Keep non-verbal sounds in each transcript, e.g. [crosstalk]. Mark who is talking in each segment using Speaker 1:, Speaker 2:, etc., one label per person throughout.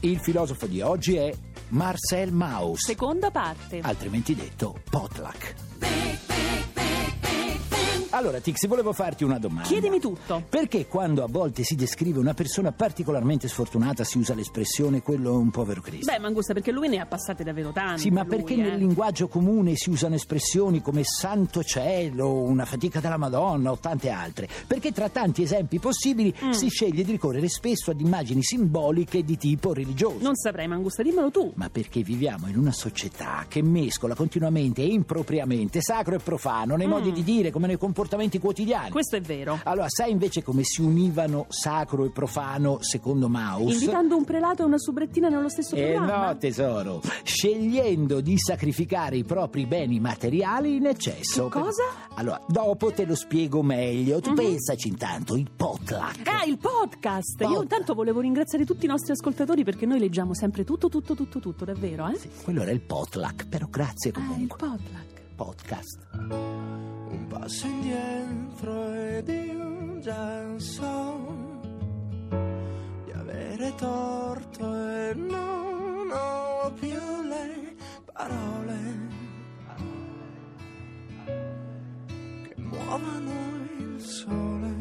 Speaker 1: Il filosofo di oggi è Marcel Mauss,
Speaker 2: Seconda parte.
Speaker 1: altrimenti detto Potluck. Allora, Tix, volevo farti una domanda.
Speaker 2: Chiedimi tutto.
Speaker 1: Perché quando a volte si descrive una persona particolarmente sfortunata si usa l'espressione quello è un povero Cristo?
Speaker 2: Beh, Mangusta, perché lui ne ha passate davvero tante.
Speaker 1: sì, ma
Speaker 2: lui,
Speaker 1: perché
Speaker 2: eh.
Speaker 1: nel linguaggio comune si usano espressioni come santo cielo, una fatica della Madonna o tante altre? Perché tra tanti esempi possibili
Speaker 2: Mm.
Speaker 1: si sceglie di ricorrere spesso ad immagini simboliche di tipo religioso.
Speaker 2: Non saprei, Mangusta, dimmelo tu.
Speaker 1: Ma perché viviamo in una società che mescola continuamente e impropriamente sacro e profano nei
Speaker 2: Mm.
Speaker 1: modi di dire come nei comportamenti quotidiani.
Speaker 2: Questo è vero.
Speaker 1: Allora, sai invece come si univano sacro e profano secondo Maus?
Speaker 2: Invitando un prelato e una subrettina nello stesso
Speaker 1: Eh
Speaker 2: programma.
Speaker 1: no, tesoro, scegliendo di sacrificare i propri beni materiali in eccesso.
Speaker 2: Che cosa?
Speaker 1: Allora, dopo te lo spiego meglio. Tu
Speaker 2: Mhm.
Speaker 1: pensaci intanto, il potluck.
Speaker 2: Ah, il podcast! Io
Speaker 1: Podcast.
Speaker 2: intanto volevo ringraziare tutti i nostri ascoltatori perché noi leggiamo sempre tutto, tutto, tutto, tutto, davvero, eh?
Speaker 1: Sì, quello era il potluck, però grazie
Speaker 2: Ah, il
Speaker 1: comunque.
Speaker 2: potluck.
Speaker 1: Podcast.
Speaker 3: Un passo indietro ed io già so di avere torto e non ho più le parole che muovano il sole.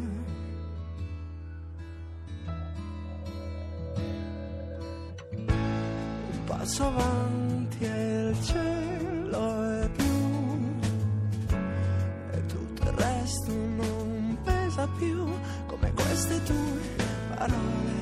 Speaker 3: Un passo avanti e il cielo è più e tutto il resto non pesa più come queste tue parole.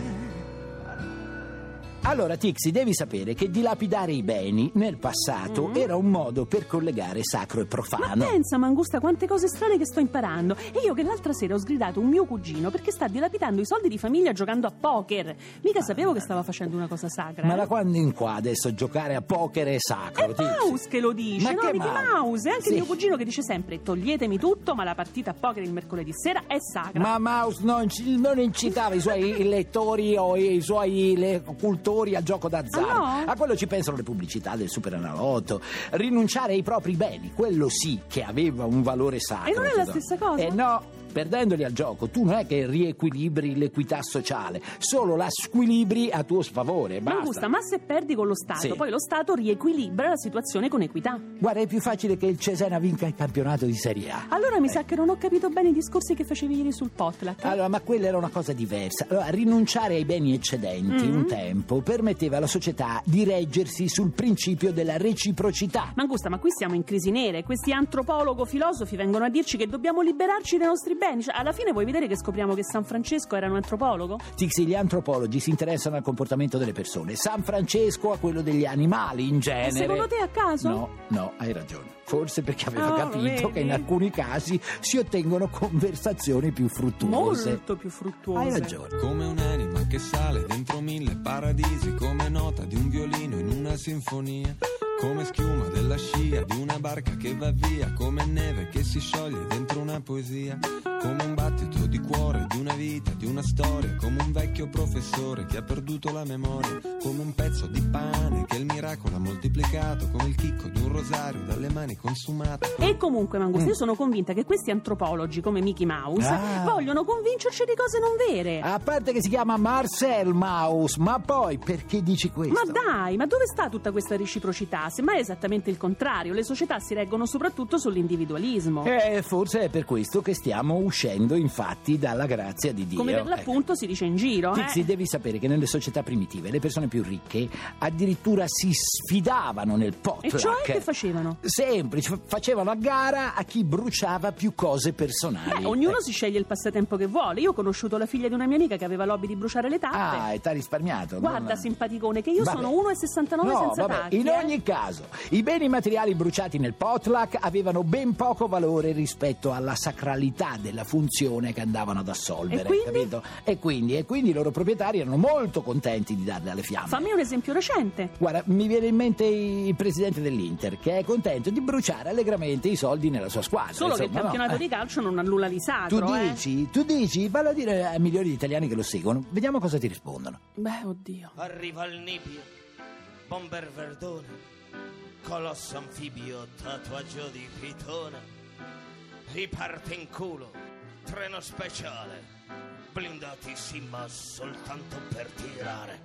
Speaker 1: Allora, Tixi, devi sapere che dilapidare i beni nel passato
Speaker 2: Mm.
Speaker 1: era un modo per collegare sacro e
Speaker 2: Ma
Speaker 1: profano.
Speaker 2: pensa, Mangusta, quante cose strane che sto imparando. E io che l'altra sera ho sgridato un mio cugino perché sta dilapidando i soldi di famiglia giocando a poker. Mica sapevo che stava facendo una cosa sacra.
Speaker 1: Ah, Ma
Speaker 2: eh.
Speaker 1: da quando in qua adesso giocare a poker è
Speaker 2: È
Speaker 1: sacro, Tixi?
Speaker 2: Maus che lo dice,
Speaker 1: Ma
Speaker 2: no?
Speaker 1: che
Speaker 2: Mickey
Speaker 1: Mouse?
Speaker 2: Mouse. È anche
Speaker 1: Sì.
Speaker 2: mio cugino che dice sempre: toglietemi tutto, ma la partita a poker il mercoledì sera è sacra.
Speaker 1: Ma Maus non, ci- non incitava
Speaker 2: [laughs]
Speaker 1: i suoi lettori o i suoi le- cultori al gioco d'azzardo.
Speaker 2: Ah, no?
Speaker 1: A quello ci pensano le pubblicità del superenalotto. Rinunciare ai propri beni, quello sì che aveva un valore sacro.
Speaker 2: E non è la
Speaker 1: tesoro.
Speaker 2: stessa cosa?
Speaker 1: Eh no. Perdendoli al gioco, tu non è che riequilibri l'equità sociale, solo la squilibri a tuo sfavore. Basta.
Speaker 2: Mangusta, ma se perdi con lo Stato,
Speaker 1: Sì.
Speaker 2: poi lo Stato riequilibra la situazione con equità.
Speaker 1: Guarda, è più facile che il Cesena vinca il campionato di Serie A.
Speaker 2: Allora mi sa che non ho capito bene i discorsi che facevi ieri sul potluck.
Speaker 1: Allora, ma quella era una cosa diversa. Allora, rinunciare ai beni eccedenti
Speaker 2: Mm.
Speaker 1: un tempo permetteva alla società di reggersi sul principio della reciprocità.
Speaker 2: Mangusta, ma qui siamo in crisi nere. Questi antropologo-filosofi vengono a dirci che dobbiamo liberarci dei nostri beni. Cioè, alla fine vuoi vedere che scopriamo che San Francesco era un antropologo?
Speaker 1: Tixi, gli antropologi si interessano al comportamento delle persone, San Francesco a quello degli animali in genere.
Speaker 2: E secondo te a caso?
Speaker 1: No, no, hai ragione. Forse perché aveva
Speaker 2: Ah,
Speaker 1: capito
Speaker 2: vedi.
Speaker 1: che in alcuni casi si ottengono conversazioni più fruttuose.
Speaker 2: Molto più fruttuose.
Speaker 1: Hai ragione.
Speaker 4: Come un'anima che sale dentro mille paradisi, come nota di un violino in una sinfonia, come schiuma della scia di una barca che va via, come neve che si scioglie dentro una poesia, come un battito di cuore, di una vita, di una storia, come un vecchio professore che ha perduto la memoria, come un pezzo di pane che il miracolo ha moltiplicato, come il chicco di un rosario dalle mani consumate.
Speaker 2: E comunque, Mangusta, io sono convinta che questi antropologi come Mickey Mouse
Speaker 1: Mm. Ah.
Speaker 2: vogliono convincerci di cose non vere.
Speaker 1: A parte che si chiama Marcel Maus, ma poi perché dici questo?
Speaker 2: Ma dai, ma dove sta tutta questa reciprocità? Semmai è esattamente il contrario. Le società si reggono soprattutto sull'individualismo.
Speaker 1: Eh, forse è per questo che stiamo uscendo, infatti, dalla grazia di Dio.
Speaker 2: Come per l'appunto si dice in giro. eh.
Speaker 1: Tizi, devi sapere che nelle società primitive le persone più ricche addirittura si sfidavano nel potluck.
Speaker 2: E cioè che facevano?
Speaker 1: Semplice, fa- facevano a gara a chi bruciava più cose personali.
Speaker 2: Beh, ognuno
Speaker 1: Eh.
Speaker 2: si sceglie il passatempo che vuole. Io ho conosciuto la figlia di una mia amica che aveva l'hobby di bruciare le tappe.
Speaker 1: Ah, e t'ha risparmiato.
Speaker 2: Guarda,
Speaker 1: non-
Speaker 2: simpaticone, che io
Speaker 1: Vabbè.
Speaker 2: sono 1,69
Speaker 1: No,
Speaker 2: senza
Speaker 1: vabbè,
Speaker 2: tacchi.
Speaker 1: In
Speaker 2: eh.
Speaker 1: ogni caso, i beni materiali bruciati nel potluck avevano ben poco valore rispetto alla sacralità della funzione che andavano ad assolvere.
Speaker 2: E quindi?
Speaker 1: Capito? E quindi, e quindi i loro proprietari erano molto contenti di darle alle fiamme.
Speaker 2: Fammi un esempio recente.
Speaker 1: Guarda, mi viene in mente il presidente dell'Inter che è contento di bruciare allegramente i soldi nella sua squadra.
Speaker 2: Solo che il
Speaker 1: insomma, no?
Speaker 2: campionato di
Speaker 1: Eh.
Speaker 2: calcio non ha nulla di
Speaker 1: Tu
Speaker 2: sacro, eh.
Speaker 1: dici, tu dici, vallo a dire ai milioni di italiani che lo seguono, vediamo cosa ti rispondono.
Speaker 2: Beh, oddio.
Speaker 5: Arriva il Nipio, Bomber Verdone, Colosso Anfibio, Tatuaggio di Pitona. Riparte in culo, treno speciale, blindati sì ma soltanto per tirare.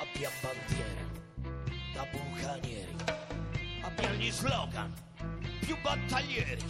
Speaker 5: Abbia bandiere, da bucanieri, abbia gli slogan, più battaglieri.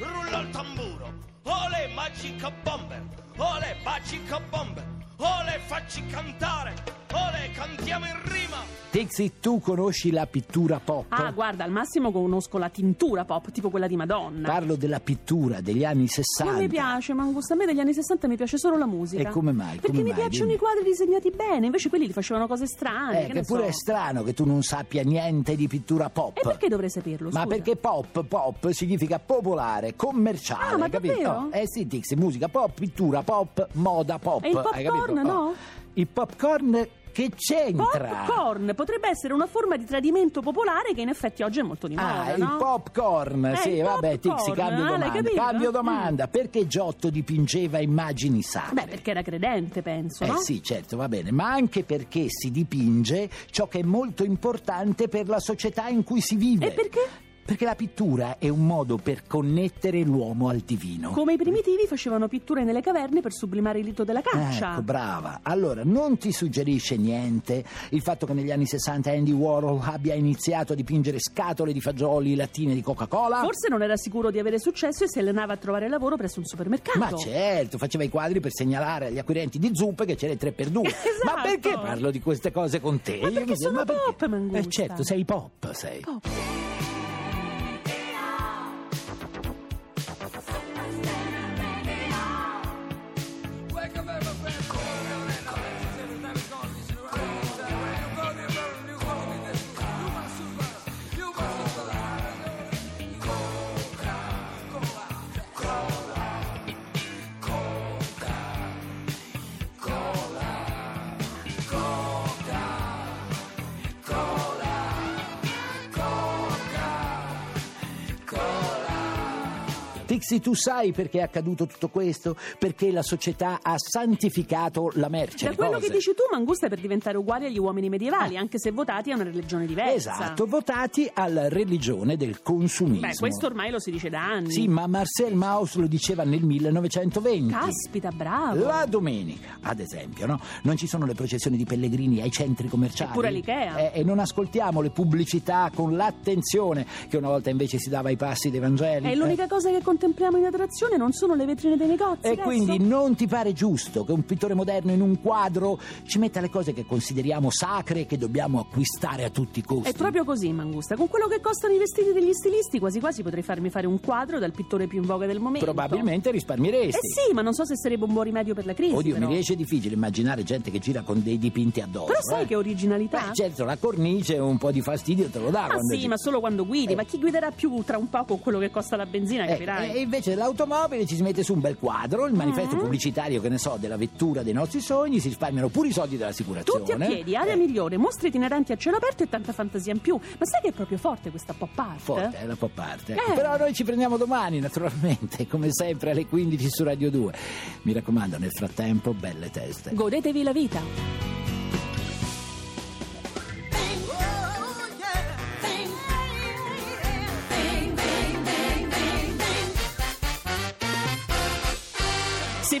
Speaker 5: Rulla il tamburo, ole magica bomber, ole magica bomber, ole facci cantare, ole cantiamo in rima.
Speaker 1: Tixi, tu conosci la pittura pop?
Speaker 2: Ah, guarda, al massimo conosco la tintura pop, tipo quella di Madonna.
Speaker 1: Parlo della pittura degli anni 60.
Speaker 2: Non mi piace, Mangusta. A me degli anni 60 mi piace solo la musica.
Speaker 1: E come mai?
Speaker 2: Perché
Speaker 1: Come
Speaker 2: mi
Speaker 1: mai?
Speaker 2: piacciono
Speaker 1: Dimmi.
Speaker 2: i quadri disegnati bene, invece quelli li facevano cose strane.
Speaker 1: Eh,
Speaker 2: che
Speaker 1: che
Speaker 2: ne
Speaker 1: pure è
Speaker 2: so.
Speaker 1: strano che tu non sappia niente di pittura pop.
Speaker 2: E perché dovrei saperlo?
Speaker 1: Ma
Speaker 2: scusa?
Speaker 1: perché pop, pop significa popolare, commerciale,
Speaker 2: Ah, ma
Speaker 1: capito?
Speaker 2: davvero?
Speaker 1: Eh sì, Tix, musica pop, pittura pop, moda pop.
Speaker 2: E il
Speaker 1: hai capito?
Speaker 2: popcorn, no?
Speaker 1: Oh. Il popcorn che c'entra?
Speaker 2: Popcorn potrebbe essere una forma di tradimento popolare che in effetti oggi è molto di moda, no?
Speaker 1: Ah, il popcorn,
Speaker 2: Eh,
Speaker 1: sì,
Speaker 2: il
Speaker 1: vabbè,
Speaker 2: popcorn,
Speaker 1: Tixi, cambio
Speaker 2: ah, l'hai
Speaker 1: domanda.
Speaker 2: capito?
Speaker 1: Cambio
Speaker 2: Mm.
Speaker 1: domanda, perché Giotto dipingeva immagini sacre?
Speaker 2: Ah, Beh, perché era credente, penso,
Speaker 1: Eh
Speaker 2: no?
Speaker 1: sì, certo, va bene, ma anche perché si dipinge ciò che è molto importante per la società in cui si vive.
Speaker 2: E perché?
Speaker 1: Perché la pittura è un modo per connettere l'uomo al divino.
Speaker 2: Come i primitivi facevano pitture nelle caverne per sublimare il rito della caccia.
Speaker 1: Ecco, brava. Allora, non ti suggerisce niente il fatto che negli anni 60 Andy Warhol abbia iniziato a dipingere scatole di fagioli, lattine di Coca-Cola?
Speaker 2: Forse non era sicuro di avere successo e si allenava a trovare lavoro presso un supermercato.
Speaker 1: Ma certo, faceva i quadri per segnalare agli acquirenti di zuppe che c'era il 3 per
Speaker 2: [laughs]
Speaker 1: 2
Speaker 2: Esatto.
Speaker 1: Ma perché parlo di queste cose con te?
Speaker 2: Ma
Speaker 1: Io mi
Speaker 2: perché
Speaker 1: chiedo,
Speaker 2: sono pop, Mangusta.
Speaker 1: Eh certo, sei pop, sei.
Speaker 2: Pop.
Speaker 1: Tixi, tu sai perché è accaduto tutto questo? Perché la società ha santificato la merce.
Speaker 2: da
Speaker 1: le
Speaker 2: quello
Speaker 1: cose. Eh.
Speaker 2: che dici tu, Mangusta è per diventare uguali agli uomini medievali, anche se votati a una religione diversa.
Speaker 1: Esatto, votati alla religione del consumismo.
Speaker 2: Beh, questo ormai lo si dice da anni.
Speaker 1: Sì, ma Marcel Mauss lo diceva nel 1920.
Speaker 2: Caspita, bravo.
Speaker 1: La domenica, ad esempio, no? Non ci sono le processioni di pellegrini ai centri commerciali.
Speaker 2: Eppure all'Ikea.
Speaker 1: Eh, e non ascoltiamo le pubblicità con l'attenzione che una volta invece si dava ai passi dei Vangeli.
Speaker 2: È l'unica cosa che contempliamo in adorazione, non sono le vetrine dei negozi.
Speaker 1: eh. E
Speaker 2: adesso.
Speaker 1: quindi non ti pare giusto che un pittore moderno in un quadro ci metta le cose che consideriamo sacre e che dobbiamo acquistare a tutti i costi?
Speaker 2: È proprio così, Mangusta. Con quello che costano i vestiti degli stilisti, quasi quasi potrei farmi fare un quadro dal pittore più in voga del momento.
Speaker 1: Probabilmente
Speaker 2: Eh
Speaker 1: risparmieresti.
Speaker 2: sì, ma non so se sarebbe un buon rimedio per la crisi.
Speaker 1: Oddio,
Speaker 2: però.
Speaker 1: mi riesce difficile immaginare gente che gira con dei dipinti addosso.
Speaker 2: Però sai
Speaker 1: eh.
Speaker 2: che originalità?
Speaker 1: Beh, certo, la cornice e un po' di fastidio te lo dà
Speaker 2: ah
Speaker 1: quando
Speaker 2: sì,
Speaker 1: giri.
Speaker 2: ma solo quando guidi.
Speaker 1: Eh.
Speaker 2: Ma chi guiderà più tra un po' con quello che costa la benzina,
Speaker 1: Ecco,
Speaker 2: capirai?
Speaker 1: e invece dell'automobile ci si mette su un bel quadro, il manifesto
Speaker 2: Mm.
Speaker 1: pubblicitario, che ne so, della vettura dei nostri sogni, si risparmiano pure i soldi dell'assicurazione.
Speaker 2: Tutti a piedi, aria
Speaker 1: Eh,
Speaker 2: migliore, mostre itineranti a cielo aperto e tanta fantasia in più. Ma sai che è proprio forte questa pop art?
Speaker 1: Forte, è la pop art. ecco.
Speaker 2: Eh.
Speaker 1: Però noi ci prendiamo domani, naturalmente, come sempre alle 15 su Radio 2. Mi raccomando, nel frattempo, belle teste.
Speaker 2: Godetevi la vita. Se